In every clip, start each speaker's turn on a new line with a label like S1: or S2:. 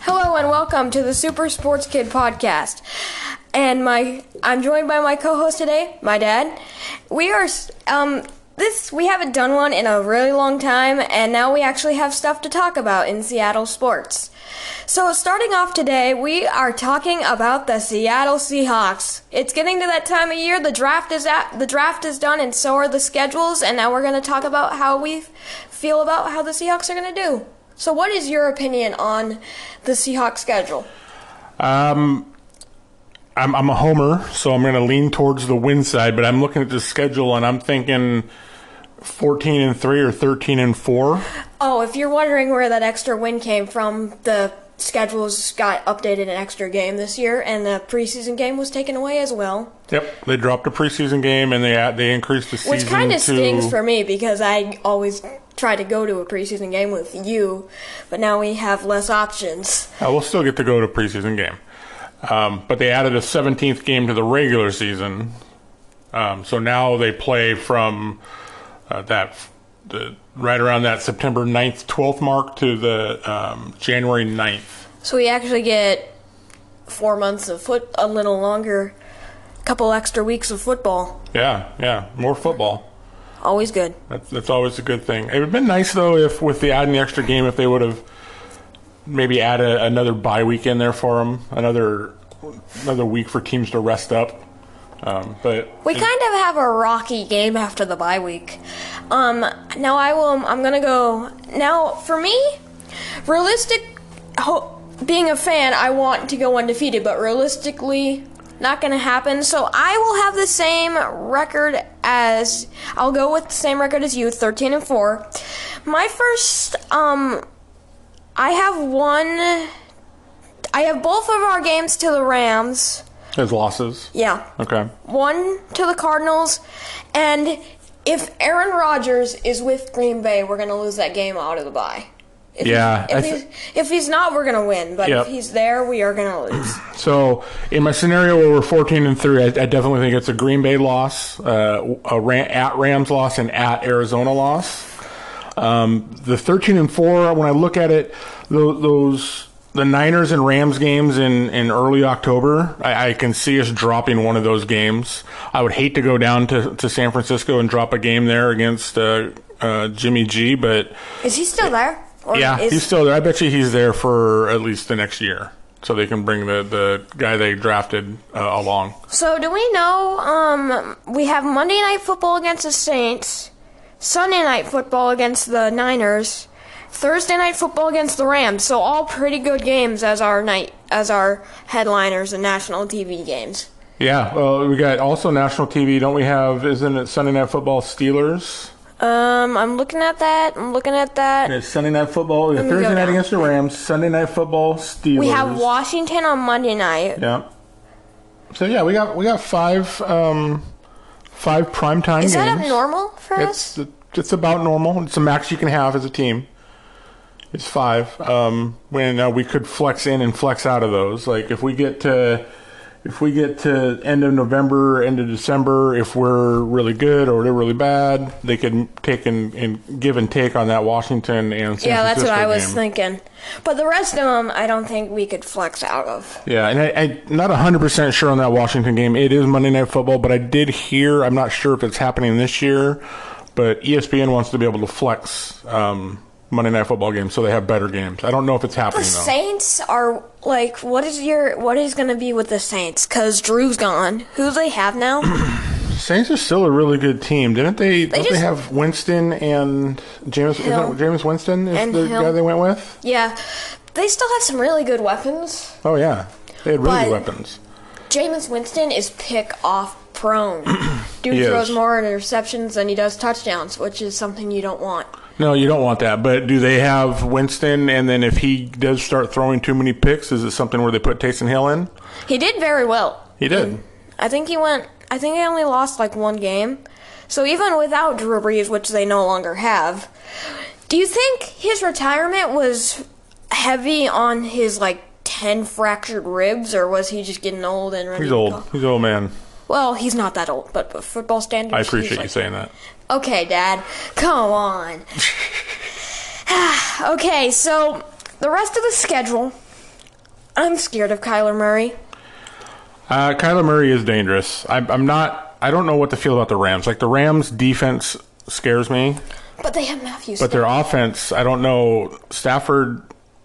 S1: Hello and welcome to the Super Sports Kid podcast. And my I'm joined by my co-host today, my dad. We are s- um this we haven't done one in a really long time and now we actually have stuff to talk about in Seattle sports. So starting off today, we are talking about the Seattle Seahawks. It's getting to that time of year. The draft is at, the draft is done and so are the schedules and now we're going to talk about how we f- feel about how the Seahawks are going to do. So what is your opinion on the Seahawks schedule?
S2: Um, I'm, I'm a homer, so I'm going to lean towards the win side. But I'm looking at the schedule and I'm thinking 14 and three or 13 and four.
S1: Oh, if you're wondering where that extra win came from, the schedules got updated an extra game this year, and the preseason game was taken away as well,
S2: Yep, they dropped a preseason game and they they increased the season.
S1: which kind
S2: to-
S1: of stings for me because I always try to go to a preseason game with you, but now we have less options.
S2: Uh, we'll still get to go to preseason game, um, but they added a 17th game to the regular season. Um, so now they play from uh, that the, right around that September 9th, 12th mark to the um, January 9th.
S1: So we actually get four months of foot, a little longer, couple extra weeks of football.
S2: Yeah, yeah, more football.
S1: Always good.
S2: That's, that's always a good thing. It would have been nice though if with the adding the extra game, if they would have maybe added another bye week in there for them, another another week for teams to rest up. Um, but
S1: We kind of have a rocky game after the bye week. Um, now I will. I'm gonna go. Now for me, realistic. Ho- being a fan, I want to go undefeated, but realistically, not gonna happen. So I will have the same record as. I'll go with the same record as you, 13 and four. My first. Um, I have one. I have both of our games to the Rams.
S2: there's losses.
S1: Yeah
S2: Okay.
S1: one to the Cardinals, and if Aaron Rodgers is with Green Bay, we're gonna lose that game out of the bye. If
S2: Yeah,
S1: He's,
S2: I
S1: if,
S2: th-
S1: he's, if he's not, we're gonna win. But
S2: Yep.
S1: if he's there, we are gonna lose.
S2: So in my scenario where we're 14 and three, I, I definitely think it's a Green Bay loss, uh, a Ram, at Rams loss, and at Arizona loss. Um, the 13 and four, when I look at it, those, those the Niners and Rams games in, in early October, I, I can see us dropping one of those games. I would hate to go down to, to San Francisco and drop a game there against uh, uh, Jimmy G, but
S1: is he still there? Or
S2: yeah,
S1: is-
S2: he's still there. I bet you he's there for at least the next year, so they can bring the the guy they drafted uh, along.
S1: so do we know? Um, we have Monday Night Football against the Saints, Sunday Night Football against the Niners, Thursday Night Football against the Rams. So all pretty good games as our night as our headliners and national TV games.
S2: Yeah, well, we got also national TV. Don't we have? Isn't it Sunday Night Football Steelers?
S1: Um, I'm looking at that. I'm looking at that.
S2: It's Sunday Night Football. we got
S1: me go
S2: Thursday night
S1: down.
S2: against the Rams. Sunday Night Football Steelers.
S1: We have Washington on Monday night.
S2: Yeah. So yeah, we got we got five um five primetime
S1: Is
S2: games.
S1: that abnormal for
S2: It's
S1: us?
S2: it's about normal. It's the max you can have as a team. It's five. Um, when uh, we could flex in and flex out of those. Like if we get to if we get to end of November, end of December, if we're really good or they're really bad, they can take and, and give and take on that Washington and San
S1: Yeah, that's
S2: Francisco
S1: what I was
S2: game.
S1: thinking. But the rest of them, I don't think we could flex out of.
S2: Yeah, and I, I'm not 100% sure on that Washington game. It is Monday Night Football, but I did hear, I'm not sure if it's happening this year, but E ESPN wants to be able to flex um, Monday Night Football games so they have better games. I don't know if it's
S1: The
S2: happening, though.
S1: Saints are like, what is your what is going to be with the Saints? Cause Drew's gone. Who do they have now?
S2: Saints are still a really good team. Didn't they, don't
S1: just-
S2: they have Winston and James, is
S1: Hill.
S2: that James Winston is
S1: And
S2: the
S1: Hill.
S2: guy they went with?
S1: yeah, they still have some really good weapons.
S2: Oh, yeah. They had really good
S1: But-
S2: weapons.
S1: Jameis Winston is pick off prone. Dude
S2: He
S1: throws
S2: is.
S1: more interceptions than he does touchdowns, which is something you don't want.
S2: No, you don't want that. But do they have Winston? And then if he does start throwing too many picks, is it something where they put Taysom Hill in?
S1: He did very well.
S2: He did.
S1: I think he went. I think he only lost like one game. So even without Drew Brees, which they no longer have, do you think his retirement was heavy on his like ten fractured ribs, or was he just getting old and ready?
S2: He's
S1: to
S2: old.
S1: go?
S2: He's an old man.
S1: Well, he's not that old, but, but football standards.
S2: I
S1: he's,
S2: appreciate you
S1: like-
S2: saying that.
S1: Okay, Dad. Come on. okay, so the rest of the schedule I'm scared of Kyler Murray.
S2: Uh, Kyler Murray is dangerous. I, I'm not. I don't know what to feel about the Rams. Like the Rams' defense scares me,
S1: But they have Matthews.
S2: but their offense, I don't know. Stafford,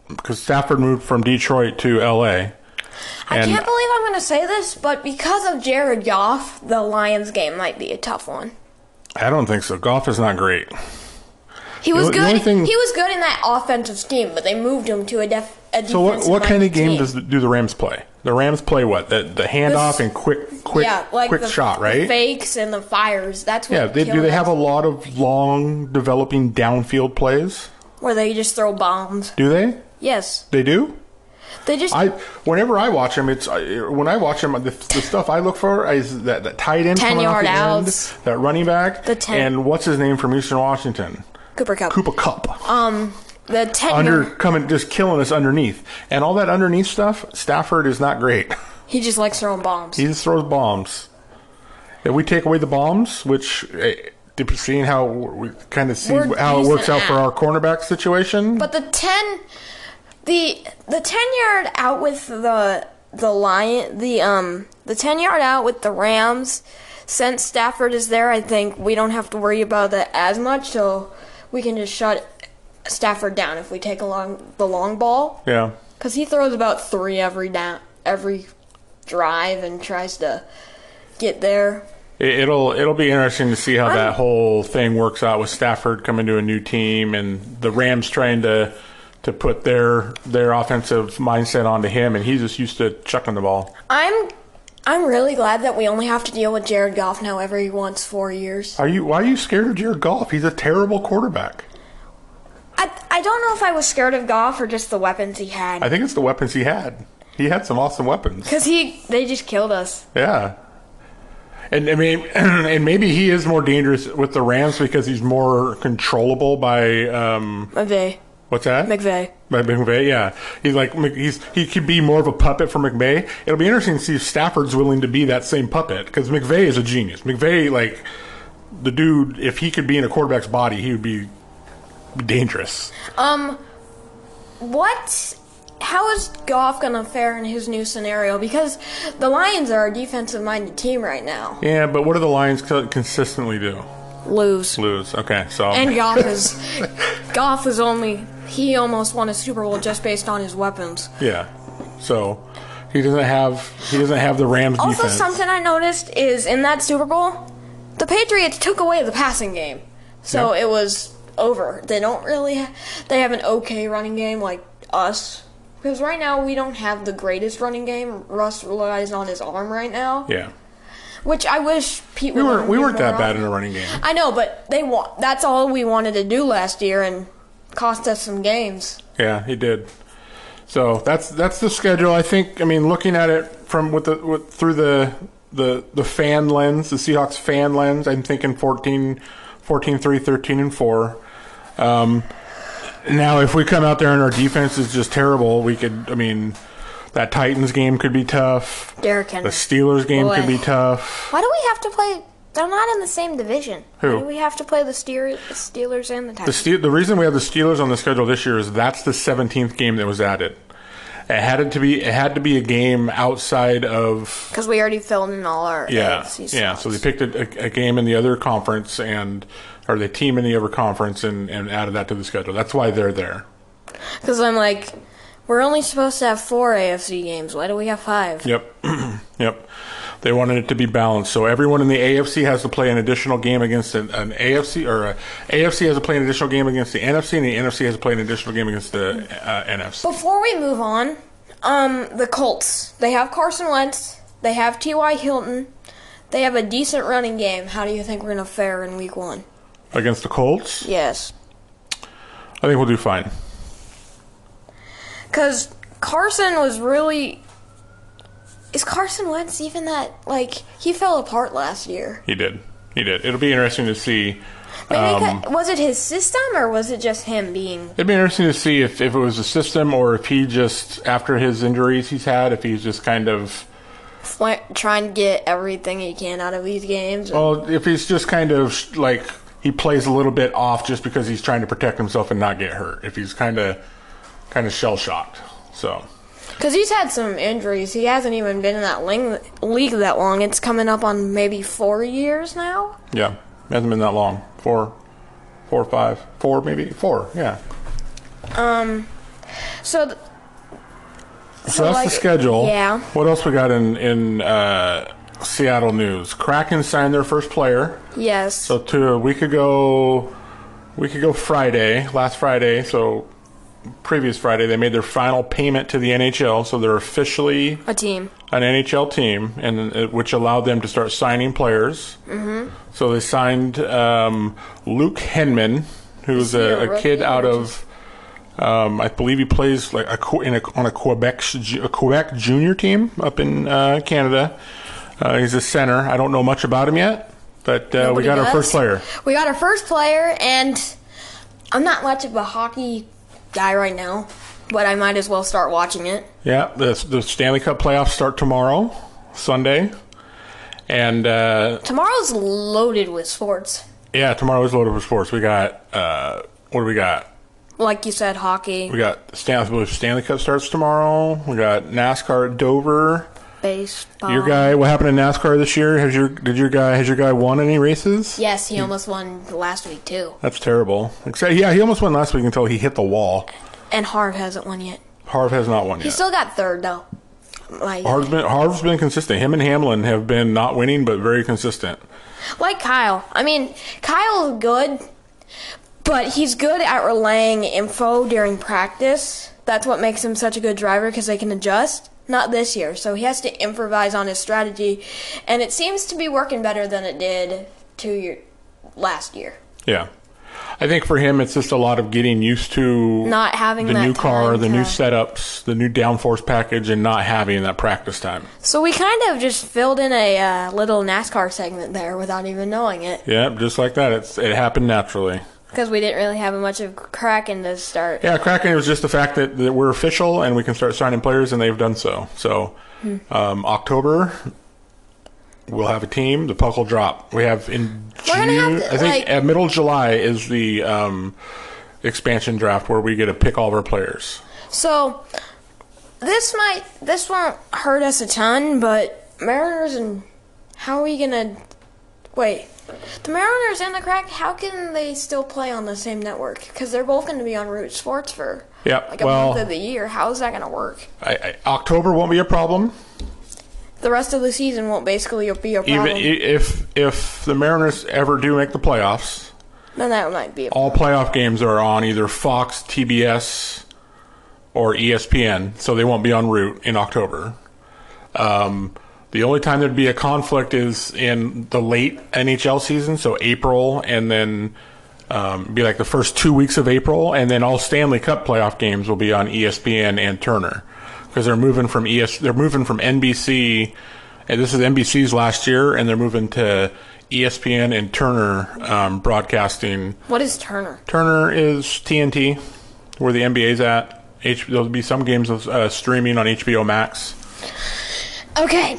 S2: because Stafford moved from Detroit to L.A.
S1: I
S2: and-
S1: can't believe I'm going to say this, but because of Jared Goff, the Lions game might be a tough one.
S2: I don't think so. Golf is not great.
S1: He was
S2: The
S1: good.
S2: only thing-
S1: he was good in that offensive scheme, but they moved him to a def. A
S2: So what what kind of game does do the Rams play? The Rams play what? The the handoff and quick quick
S1: yeah, like
S2: quick
S1: the,
S2: shot,
S1: the
S2: right?
S1: fakes and the fires. That's what
S2: yeah, they, do
S1: killed
S2: they
S1: us,
S2: have a lot of long developing downfield plays?
S1: where they just throw bombs?
S2: Do they?
S1: Yes,
S2: They do?
S1: they just
S2: I whenever I watch them, it's I, when I watch them, the, the stuff I look for is that, that tight end
S1: 10
S2: coming off
S1: yard
S2: the
S1: outs.
S2: end, that running back,
S1: The 10
S2: and what's his name from Eastern Washington,
S1: Cooper Cup.
S2: Koopa Cup,
S1: Um, the ten.
S2: under coming just killing us underneath, and all that underneath stuff. Stafford is not great.
S1: he just likes throwing bombs.
S2: He just throws bombs. If we take away the bombs, which eh, did- seeing how we kind of see
S1: We're
S2: how it works
S1: decent
S2: out for
S1: at.
S2: our cornerback situation.
S1: But the ten, the the ten yard out with the the lion, the um the ten yard out with the Rams. Since Stafford is there, I think we don't have to worry about that as much. So we can just shut Stafford down if we take along the long ball,
S2: yeah,
S1: because he throws about three every down every drive and tries to get there.
S2: It- It'll it'll be interesting to see how that whole thing works out with Stafford coming to a new team and the Rams trying to to put their their offensive mindset onto him, and he's just used to chucking the ball.
S1: I'm I'm really glad that we only have to deal with Jared Goff now every once four years.
S2: Are you why are you scared of Jared Goff? He's a terrible quarterback.
S1: I, I don't know if I was scared of Goff or just the weapons he had.
S2: I think it's the weapons he had. He had some awesome weapons.
S1: Because he they just killed us.
S2: Yeah. And I mean, and maybe he is more dangerous with the Rams because he's more controllable by um,
S1: McVay.
S2: what's that?
S1: McVay.
S2: By McVay, yeah, he's like Mc- he's he could be more of a puppet for McVay. It'll be interesting to see if Stafford's willing to be that same puppet because McVay is a genius. McVay, like the dude, if he could be in a quarterback's body, he would be dangerous.
S1: Um, what? How is Goff gonna fare in his new scenario? Because the Lions are a defensive-minded team right now.
S2: Yeah, but what do the Lions co- consistently do?
S1: Lose.
S2: Lose. Okay, so
S1: And Goff is Goff is only he almost won a Super Bowl just based on his weapons.
S2: yeah, so he doesn't have he doesn't have the Rams
S1: Also,
S2: defense.
S1: something I noticed is in that Super Bowl, the Patriots took away the passing game, so
S2: Yeah.
S1: it was over. They don't really. Ha- they have an okay running game like us, because right now we don't have the greatest running game. Russ relies on his arm right now,
S2: yeah,
S1: which I wish Pete.
S2: we
S1: would
S2: weren't
S1: let
S2: we
S1: him do
S2: weren't
S1: more
S2: that bad
S1: often.
S2: in a running game.
S1: I know, but they want. That's all we wanted to do last year, and cost us some games.
S2: Yeah, he did. So that's that's the schedule. I think. I mean, looking at it from with the with, through the the the fan lens, the Seahawks fan lens, I'm thinking 14, 14 3, 13 and four. Um, now, if we come out there and our defense is just terrible, we could. I mean, that Titans game could be tough.
S1: Derrick
S2: The
S1: Henry.
S2: Steelers game
S1: Boy.
S2: could be tough.
S1: Why do we have to play? They're not in the same division.
S2: Who?
S1: Why do we have to play the Steer- Steelers and the Titans?
S2: The, Steel, the reason we have the Steelers on the schedule this year is that's the 17th game that was added. It had it to be. It had to be a game outside of
S1: Because we already filled in all our
S2: Yeah,
S1: AFC
S2: yeah.
S1: slots.
S2: So they picked a, a, a game in the other conference and or the team in the other conference and, and added that to the schedule. That's why they're there.
S1: Because I'm like, we're only supposed to have four AFC games. Why do we have five?
S2: Yep, yep. They wanted it to be balanced, so everyone in the AFC has to play an additional game against an, an AFC or a, AFC has to play an additional game against the NFC, and the NFC has to play an additional game against the uh, NFC.
S1: Before we move on, um, the Colts. They have Carson Wentz. They have T.Y. Hilton. They have a decent running game. How do you think we're gonna fare in Week One?
S2: Against the Colts,
S1: Yes.
S2: I think we'll do fine.
S1: Because Carson was really. Is Carson Wentz even that like he fell apart last year?
S2: He did. He did. It'll be interesting to see.
S1: Maybe
S2: Um,
S1: ca- was it his system or was it just him being
S2: It'd be interesting to see if, if it was a system or if he just, after his injuries he's had, if he's just kind of,
S1: fl- trying to get everything he can out of these games?
S2: well, if he's just kind of like he plays a little bit off just because he's trying to protect himself and not get hurt. If he's kind of, kind of shell shocked. So
S1: Because he's had some injuries. He hasn't even been in that ling- league that long. It's coming up on maybe four years now.
S2: Yeah, hasn't been that long. Four, four, five, four, maybe four. Yeah.
S1: So th-
S2: So that's
S1: like-
S2: the schedule.
S1: yeah.
S2: What else we got in in uh, Seattle news? Kraken signed their first player.
S1: yes,
S2: So to a week ago, week ago Friday, last Friday. So previous Friday, they made their final payment to the NHL. So they're officially
S1: a team.
S2: an NHL team, and uh, which allowed them to start signing players. Mm-hmm. So they signed um, Luke Henman, who's
S1: he a
S2: a, a
S1: rookie
S2: kid
S1: or
S2: out
S1: just-
S2: of. Um, I believe he plays like a, Que- in a on a Quebec ju- a Quebec junior team up in uh, Canada. Uh, he's a center. I don't know much about him yet, but uh, we
S1: Nobody
S2: got our
S1: does.
S2: first player.
S1: We got our first player, and I'm not much of a hockey guy right now, but I might as well start watching it.
S2: Yeah, the, the Stanley Cup playoffs start tomorrow, Sunday, and uh,
S1: Tomorrow's loaded with sports.
S2: yeah, tomorrow is loaded with sports. We got uh, what do we got?
S1: Like you said, hockey,
S2: We got Stan- I believe Stanley Cup starts tomorrow. We got NASCAR at Dover.
S1: baseball.
S2: Your guy, what happened in NASCAR this year? Has your did your guy has your guy won any races?
S1: Yes, he almost won last week, too.
S2: That's terrible. Except, yeah, he almost won last week until he hit the wall.
S1: And Harv hasn't won yet.
S2: Harv has not won
S1: He
S2: yet.
S1: still got third, though. Like,
S2: Harv's been Harv's been consistent. Him and Hamlin have been not winning but very consistent.
S1: like Kyle. I mean, Kyle's good, but he's good at relaying info during practice. That's what makes him such a good driver because they can adjust. Not this year, so he has to improvise on his strategy, and it seems to be working better than it did two year last year.
S2: Yeah. I think for him, it's just a lot of getting used to
S1: Not having
S2: the
S1: that
S2: new car,
S1: time
S2: the
S1: to-
S2: new setups, the new downforce package, and not having that practice time.
S1: So we kind of just filled in a uh, little NASCAR segment there without even knowing it
S2: Yeah, just like that. It's it happened naturally.
S1: because we didn't really have much of Kraken to start.
S2: Yeah, Kraken. It was just the fact that, that we're official and we can start signing players, and they've done so. So,
S1: Hmm.
S2: um, October, we'll have a team. The puck will drop. We have in
S1: We're gonna have
S2: June.
S1: to,
S2: I think
S1: like-
S2: at middle of July is the um, expansion draft where we get to pick all of our players.
S1: So this might this won't hurt us a ton, but Mariners and how are we gonna wait? The Mariners and the Crack, how can they still play on the same network? Because they're both going to be on Root Sports for
S2: Yeah,
S1: like a
S2: well-
S1: month of the year. How is that going to work?
S2: I, I, October won't be a problem.
S1: The rest of the season won't basically be a problem.
S2: Even i- if if the Mariners ever do make the playoffs,
S1: then that might be. A,
S2: all playoff games are on either Fox, TBS, or E ESPN, so they won't be en route in October. Um, the only time there'd be a conflict is in the late NHL season, so April, and then um, be like the first two weeks of April, and then all Stanley Cup playoff games will be on E ESPN and Turner because they're moving from ES, they're moving from NBC, and this is NBC's last year, and they're moving to E ESPN and Turner um, broadcasting.
S1: what is Turner?
S2: Turner is TNT, where the NBA's at. H- there'll be some games uh, streaming on HBO Max.
S1: Okay,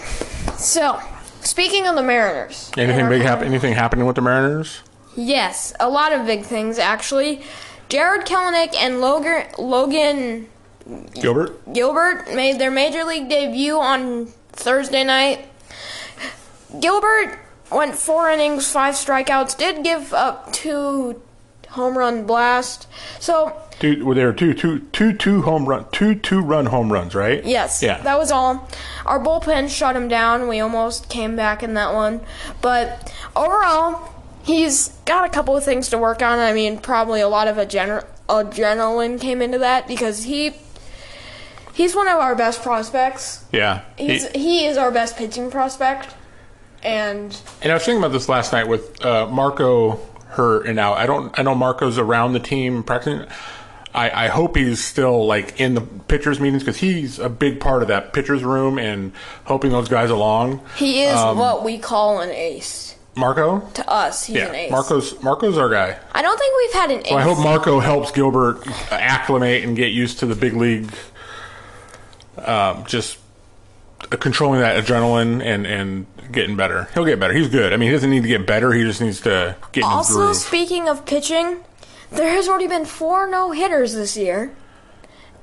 S1: so speaking of the Mariners,
S2: Anything
S1: and our-
S2: big happen? Anything happening with the Mariners?
S1: Yes, a lot of big things actually. Jared Kelenic and Logan Logan
S2: Gilbert,
S1: Gilbert made their major league debut on Thursday night. Gilbert went four innings, five strikeouts, did give up two home run blast. So
S2: dude, well, there were two, two, two, two home run, two, two run home runs, right?
S1: yes,
S2: Yeah.
S1: that was all. Our bullpen shut him down. We almost came back in that one, but overall, he's got a couple of things to work on. I mean, probably a lot of adren- adrenaline came into that because he he's one of our best prospects.
S2: yeah.
S1: He's,
S2: He-
S1: he is our best pitching prospect, and
S2: And I was thinking about this last night with uh, Marco Hurt and out. I don't. I know Marco's around the team practicing. I, I hope he's still like in the pitchers meetings because he's a big part of that pitchers room and helping those guys along.
S1: he is
S2: Um,
S1: what we call an ace.
S2: Marco,
S1: To us, he's an
S2: yeah,
S1: ace.
S2: Marco's Marco's our guy.
S1: I don't think we've had an ace.
S2: I hope Marco helps Gilbert acclimate and get used to the big league. Um, just controlling that adrenaline and and getting better. He'll get better. He's good. I mean, he doesn't need to get better. He just needs to get in his
S1: also,
S2: groove.
S1: speaking of pitching, there has already been four no hitters this year,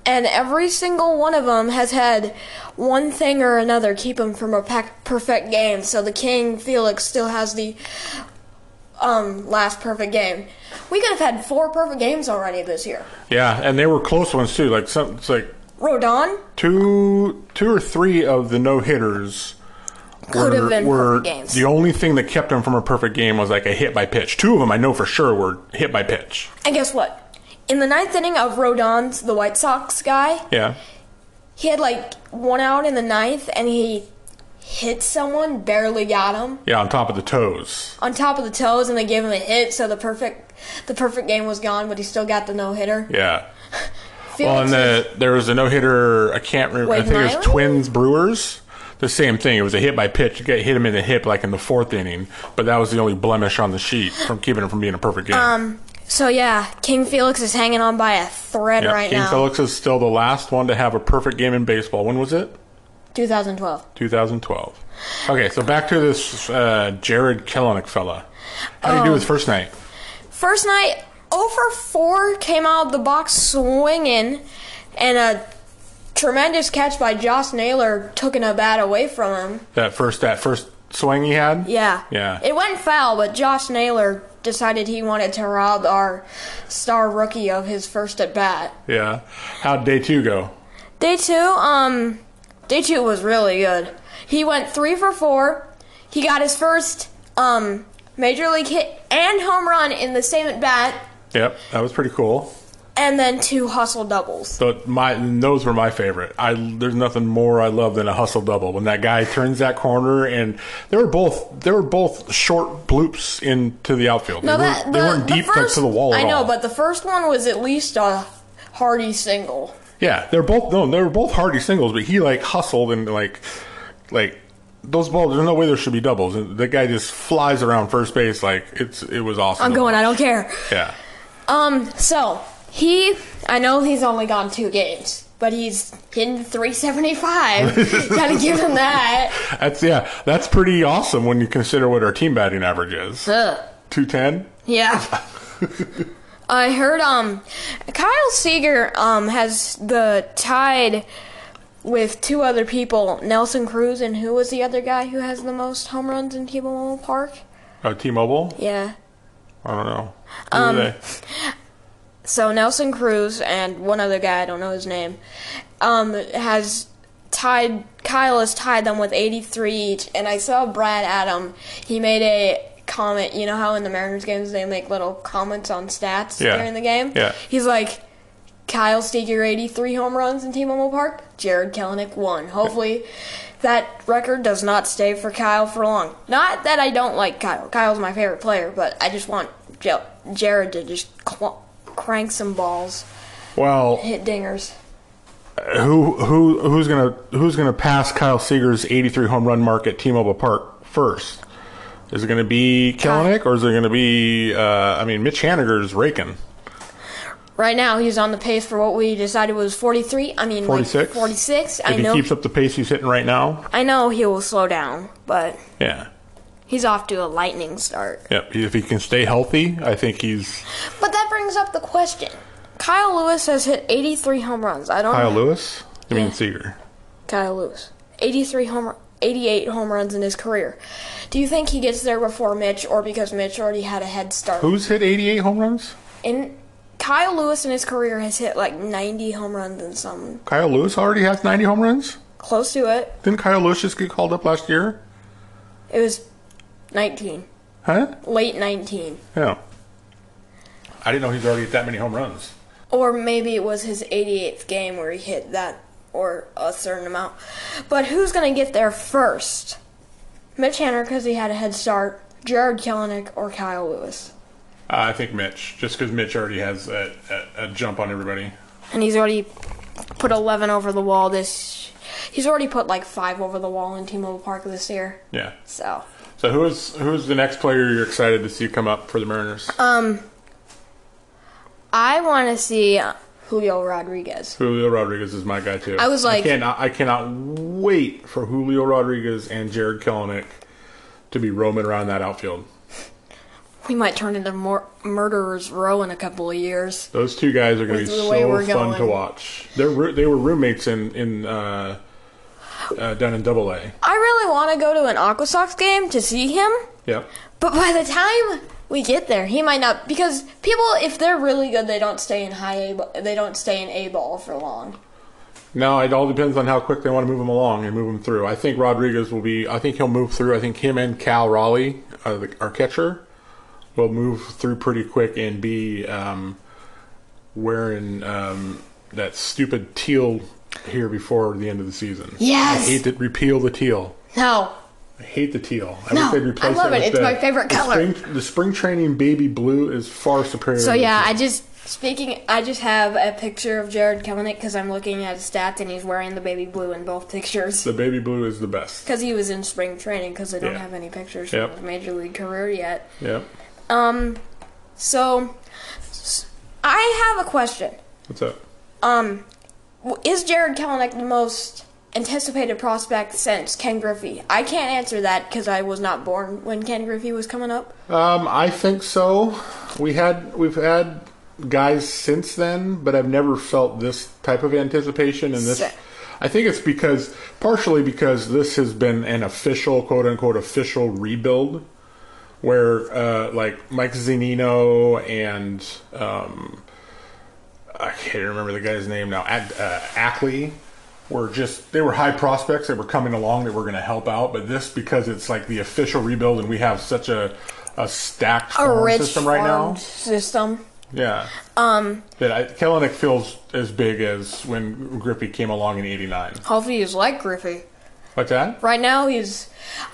S1: and every single one of them has had one thing or another keep them from a pack- perfect game. So the King Felix still has the um, last perfect game. We could have had four perfect games already this year.
S2: Yeah, and they were close ones too. Like some, it's like
S1: Rodon
S2: two, two or three of the no hitters
S1: could have been perfect games.
S2: the only thing that kept them from a perfect game was like a hit by pitch. Two of them I know for sure were hit by pitch.
S1: and guess what? In the ninth inning of Rodon's, the White Sox guy,
S2: Yeah,
S1: he had like one out in the ninth, and he hit someone, barely got him
S2: yeah, on top of the toes.
S1: on top of the toes, and they gave him a hit. So the perfect, the perfect game was gone, but he still got the no hitter.
S2: Yeah. Well, and the, there was a no hitter. I can't remember. I
S1: Wait,
S2: think it
S1: Miley?
S2: was Twins Brewers. The same thing. It was a hit by pitch. You get hit him in the hip like in the fourth inning, but that was the only blemish on the sheet from keeping it from being a perfect game.
S1: Um, so yeah, King Felix is hanging on by a thread
S2: Yep,
S1: right
S2: King
S1: now.
S2: Felix is still the last one to have a perfect game in baseball. When was it?
S1: 2012.
S2: 2012. Okay, so back to this uh, Jared Kellenick fella.
S1: Oh.
S2: How do you do his first night?
S1: First night, over 4 came out of the box swinging, and a tremendous catch by Josh Naylor took a bat away from him.
S2: That first that first swing he had.
S1: Yeah.
S2: Yeah.
S1: It went foul, but Josh Naylor decided he wanted to rob our star rookie of his first at bat.
S2: Yeah. How'd day two go?
S1: Day two, um, day two was really good. He went three for four. He got his first um major league hit and home run in the same at bat,
S2: Yep, that was pretty cool.
S1: and then two hustle doubles.
S2: So my and those were my favorite. I there's nothing more I love than a hustle double when that guy turns that corner and they were both they were both short bloops into the outfield.
S1: No,
S2: they,
S1: that-
S2: weren't, they weren't deep like, to the wall.
S1: I
S2: at
S1: know,
S2: all.
S1: but the first one was at least a Hardy single.
S2: Yeah, they're both no, they were both hardy singles, but he like hustled and like like those balls. There's no way there should be doubles, and the guy just flies around first base like it's it was awesome.
S1: I'm going. I don't care.
S2: Yeah,
S1: Um. So he, I know he's only gone two games, but he's hitting 375. Gotta give him that.
S2: that's yeah, that's pretty awesome when you consider what our team batting average is.
S1: Ugh.
S2: Two ten.
S1: Yeah. I heard um Kyle Seager um has the tied with two other people, Nelson Cruz and who was the other guy who has the most home runs in T-Mobile Park?
S2: Oh, T-Mobile.
S1: Yeah.
S2: I don't know. Who
S1: Um,
S2: are they?
S1: So Nelson Cruz and one other guy, I don't know his name, um, has tied Kyle has tied them with 83 each. And I saw Brad Adam. He made a comment. You know how in the Mariners games they make little comments on stats
S2: Yeah.
S1: during the game.
S2: Yeah.
S1: He's like. Kyle Steger 83 home runs in T-Mobile Park. Jared Kelenic one. Hopefully, that record does not stay for Kyle for long. Not that I don't like Kyle. Kyle's my favorite player, but I just want Ja- Jared to just cl- crank some balls,
S2: Well,
S1: hit dingers.
S2: who who who's gonna who's gonna pass Kyle Seager's 83 home run mark at T-Mobile Park first? Is it gonna be Kellenick or is it gonna be? Uh, I mean, Mitch Haniger's raking.
S1: Right now, he's on the pace for what we decided was 43. I mean, like,
S2: 46?
S1: 46. I
S2: If he
S1: know.
S2: keeps up the pace he's hitting right now,
S1: I know he will slow down, but
S2: yeah,
S1: he's off to a lightning start.
S2: yep. If he can stay healthy, I think he's
S1: But that brings up the question. Kyle Lewis has hit 83 home runs. I don't
S2: Kyle
S1: know.
S2: Lewis. I mean
S1: Yeah.
S2: Seager.
S1: Kyle Lewis. 83 home 88 home runs in his career. Do you think he gets there before Mitch or because Mitch already had a head start?
S2: Who's hit 88 home runs?
S1: In Kyle Lewis in his career has hit like 90 home runs and some
S2: Kyle Lewis already has 90 home runs.
S1: close to it.
S2: Didn't Kyle Lewis just get called up last year?
S1: It was 19,
S2: Huh?
S1: late 19.
S2: Yeah. I didn't know he's already hit that many home runs.
S1: Or maybe it was his 88th game where he hit that or a certain amount. But who's going to get there first? Mitch Hanner because he had a head start, Jared Kelenic, or Kyle Lewis?
S2: I think Mitch, just because Mitch already has a, a, a jump on everybody.
S1: and he's already put 11 over the wall this he's already put like 5 over the wall in T-Mobile Park this year.
S2: Yeah.
S1: So,
S2: So who is who's the next player you're excited to see come up for the Mariners?
S1: Uh, um, I want to see Julio Rodriguez.
S2: Julio Rodriguez is my guy too.
S1: I was like-
S2: I cannot, I cannot wait for Julio Rodriguez and Jared Kelenic to be roaming around that outfield.
S1: we might turn into more murderers row in a couple of years.
S2: Those two guys are going to be
S1: With the way
S2: so
S1: we're
S2: fun to
S1: going.
S2: watch. They're roo- they were roommates in in uh, uh, down in Double A.
S1: I really want to go to an Aqua Sox game to see him,
S2: Yeah,
S1: but by the time we get there, he might not because people, if they're really good, they don't stay in high A. bu- They don't stay in A ball for long.
S2: No, it all depends on how quick they want to move him along and move him through. I think Rodriguez will be. I think he'll move through. I think him and Cal Raleigh, uh, the, our catcher, will move through pretty quick and be um, wearing um, that stupid teal here before the end of the season.
S1: Yes!
S2: I hate to repeal the teal.
S1: No,
S2: I hate the teal. I
S1: No,
S2: wish they'd
S1: I
S2: replace
S1: love it.
S2: that with
S1: It's
S2: the-
S1: my favorite
S2: the
S1: color.
S2: Spring, the spring training baby blue is far superior.
S1: So
S2: to the
S1: yeah, I
S2: teal.
S1: just speaking. I just have a picture of Jared Kelenic because I'm looking at his stats and he's wearing the baby blue in both pictures
S2: the baby blue is the best.
S1: because he was in spring training because I don't
S2: Yeah.
S1: have any pictures from
S2: Yep.
S1: his major league career yet.
S2: Yep.
S1: Um, so s- I have a question.
S2: What's up?
S1: Um, w- is Jared Kelenic the most anticipated prospect since Ken Griffey? I can't answer that because I was not born when Ken Griffey was coming up.
S2: Um, I think so. We had we've had guys since then, but I've never felt this type of anticipation and this.
S1: Sick.
S2: I think it's because partially because this has been an official quote unquote official rebuild, where uh, like Mike Zanino and um, I can't remember the guy's name now. Ad, uh, Ackley were just they were high prospects that were coming along that were going to help out, but this because it's like the official rebuild and we have such a a stacked
S1: A
S2: farm
S1: rich
S2: system right
S1: farm
S2: now.
S1: system.
S2: Yeah,
S1: Um,
S2: that I, Kellenic feels as big as when Griffey came along in '89.
S1: hopefully he's like Griffey.
S2: What's that?
S1: Right now he's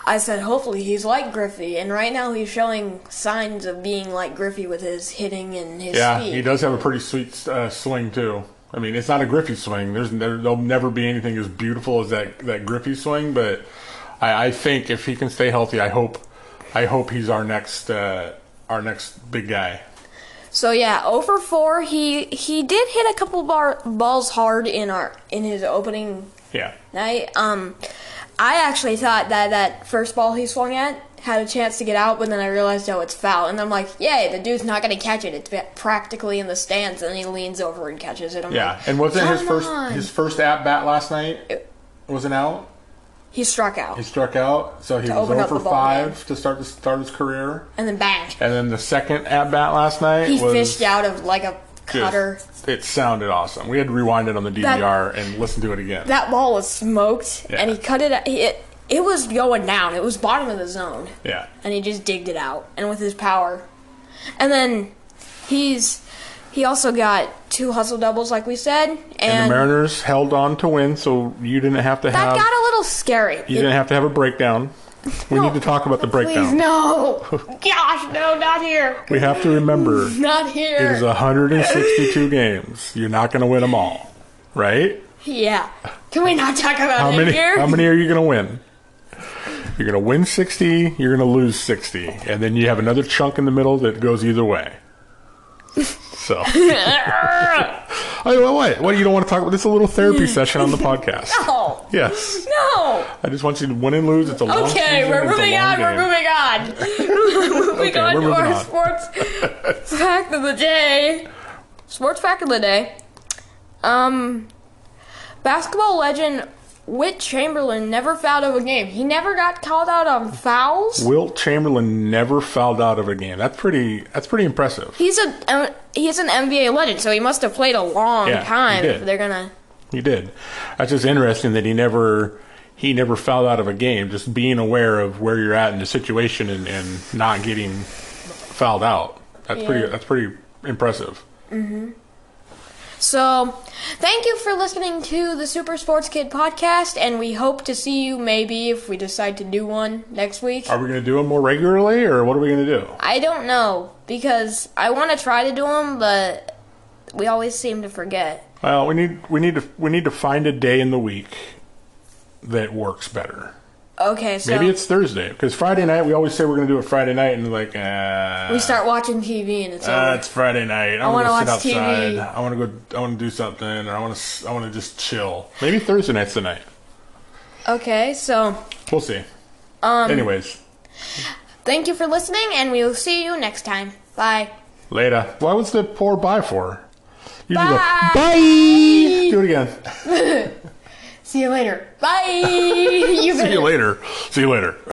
S1: I said hopefully he's like Griffey and right now he's showing signs of being like Griffey with his hitting and his
S2: Yeah,
S1: speed.
S2: he does have a pretty sweet uh, swing too. I mean, it's not a Griffey swing. There's there, there'll never be anything as beautiful as that that Griffey swing. But I, I think if he can stay healthy, I hope I hope he's our next uh, our next big guy.
S1: So yeah, over 4 he he did hit a couple bar, balls hard in our in his opening
S2: Yeah,
S1: night. Um I actually thought that that first ball he swung at had a chance to get out, but then I realized oh it's foul and I'm like, "Yay, the dude's not going to catch it. It's practically in the stands." And he leans over and catches it. I'm
S2: yeah.
S1: like,
S2: And wasn't his
S1: "Come
S2: first
S1: on."
S2: his first at bat last night wasn't out?
S1: he struck out.
S2: He struck out, so he was
S1: open up
S2: over
S1: the ball game.
S2: five to start to start his career.
S1: and then bang.
S2: And then the second at bat last night
S1: He
S2: was
S1: fished out of like a
S2: just-
S1: cutter.
S2: It sounded awesome. We had to rewind it on the DVR and listen to it again.
S1: That ball was smoked,
S2: Yeah.
S1: and he cut it. It it was going down. It was bottom of the zone,
S2: yeah.
S1: and he just digged it out, and with his power. And then he's he also got two hustle doubles, like we said, and,
S2: And the Mariners held on to win, so you didn't have to
S1: that
S2: have
S1: got a little scary.
S2: you didn't have to have a breakdown. We
S1: No.
S2: need to talk about the breakdown.
S1: Please no, gosh, no, not here,
S2: We have to remember
S1: not
S2: it
S1: here.
S2: is 162 games. You're not going to win them all, right?
S1: yeah, can we not talk about
S2: How
S1: it
S2: many?
S1: here?
S2: How many are you going to win? You're going to win 60. You're going to lose 60, and then you have another chunk in the middle that goes either way. So, I what? What? What? You don't want to talk about? This is a little therapy session on the podcast.
S1: no,
S2: Yes.
S1: no.
S2: I just want you to win and lose. It's a long
S1: Okay,
S2: season.
S1: we're
S2: It's a
S1: moving
S2: long
S1: on, we're
S2: game.
S1: moving on. moving
S2: Okay,
S1: on
S2: we're
S1: to
S2: moving
S1: our
S2: on.
S1: sports fact of the day. Sports fact of the day. Um basketball legend Whit Chamberlain never fouled out of a game. He never got called out on fouls.
S2: Wilt Chamberlain never fouled out of a game. That's pretty. That's pretty impressive.
S1: He's a uh, he's an NBA legend, so he must have played a long
S2: Yeah, he
S1: time if
S2: did.
S1: they're gonna
S2: He did. That's just interesting that he never he never fouled out of a game. Just being aware of where you're at in the situation and, and not getting fouled out. That's
S1: Yeah.
S2: pretty. That's pretty impressive.
S1: So, thank you for listening to the Super Sports Kid podcast, and we hope to see you maybe if we decide to do one next week.
S2: Are we going to do them more regularly, or what are we going to do?
S1: I don't know because I want to try to do them, but we always seem to forget.
S2: Well, Uh, we need we need to we need to find a day in the week that works better.
S1: Okay, so
S2: Maybe it's Thursday because Friday night we always say we're going to do it Friday night, and like uh,
S1: we start watching TV and it's
S2: Uh,
S1: over.
S2: it's Friday night. I, want
S1: wanna
S2: to sit
S1: watch
S2: outside.
S1: TV.
S2: I want to go. I want to do something, or I want to. I want to just chill. Maybe Thursday night's the night.
S1: Okay, so
S2: We'll see. Um. Anyways,
S1: Thank you for listening, and we will see you next time. Bye.
S2: Later. Why was the poor bye for? You just go,
S1: Bye.
S2: bye. Do it again.
S1: See you later. Bye. You've
S2: See you later. See you later.